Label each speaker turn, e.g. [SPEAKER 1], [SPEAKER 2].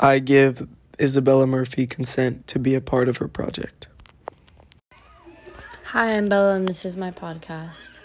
[SPEAKER 1] I give Isabella Murphy consent to be a part of her project.
[SPEAKER 2] Hi, I'm Bella, and this is my podcast.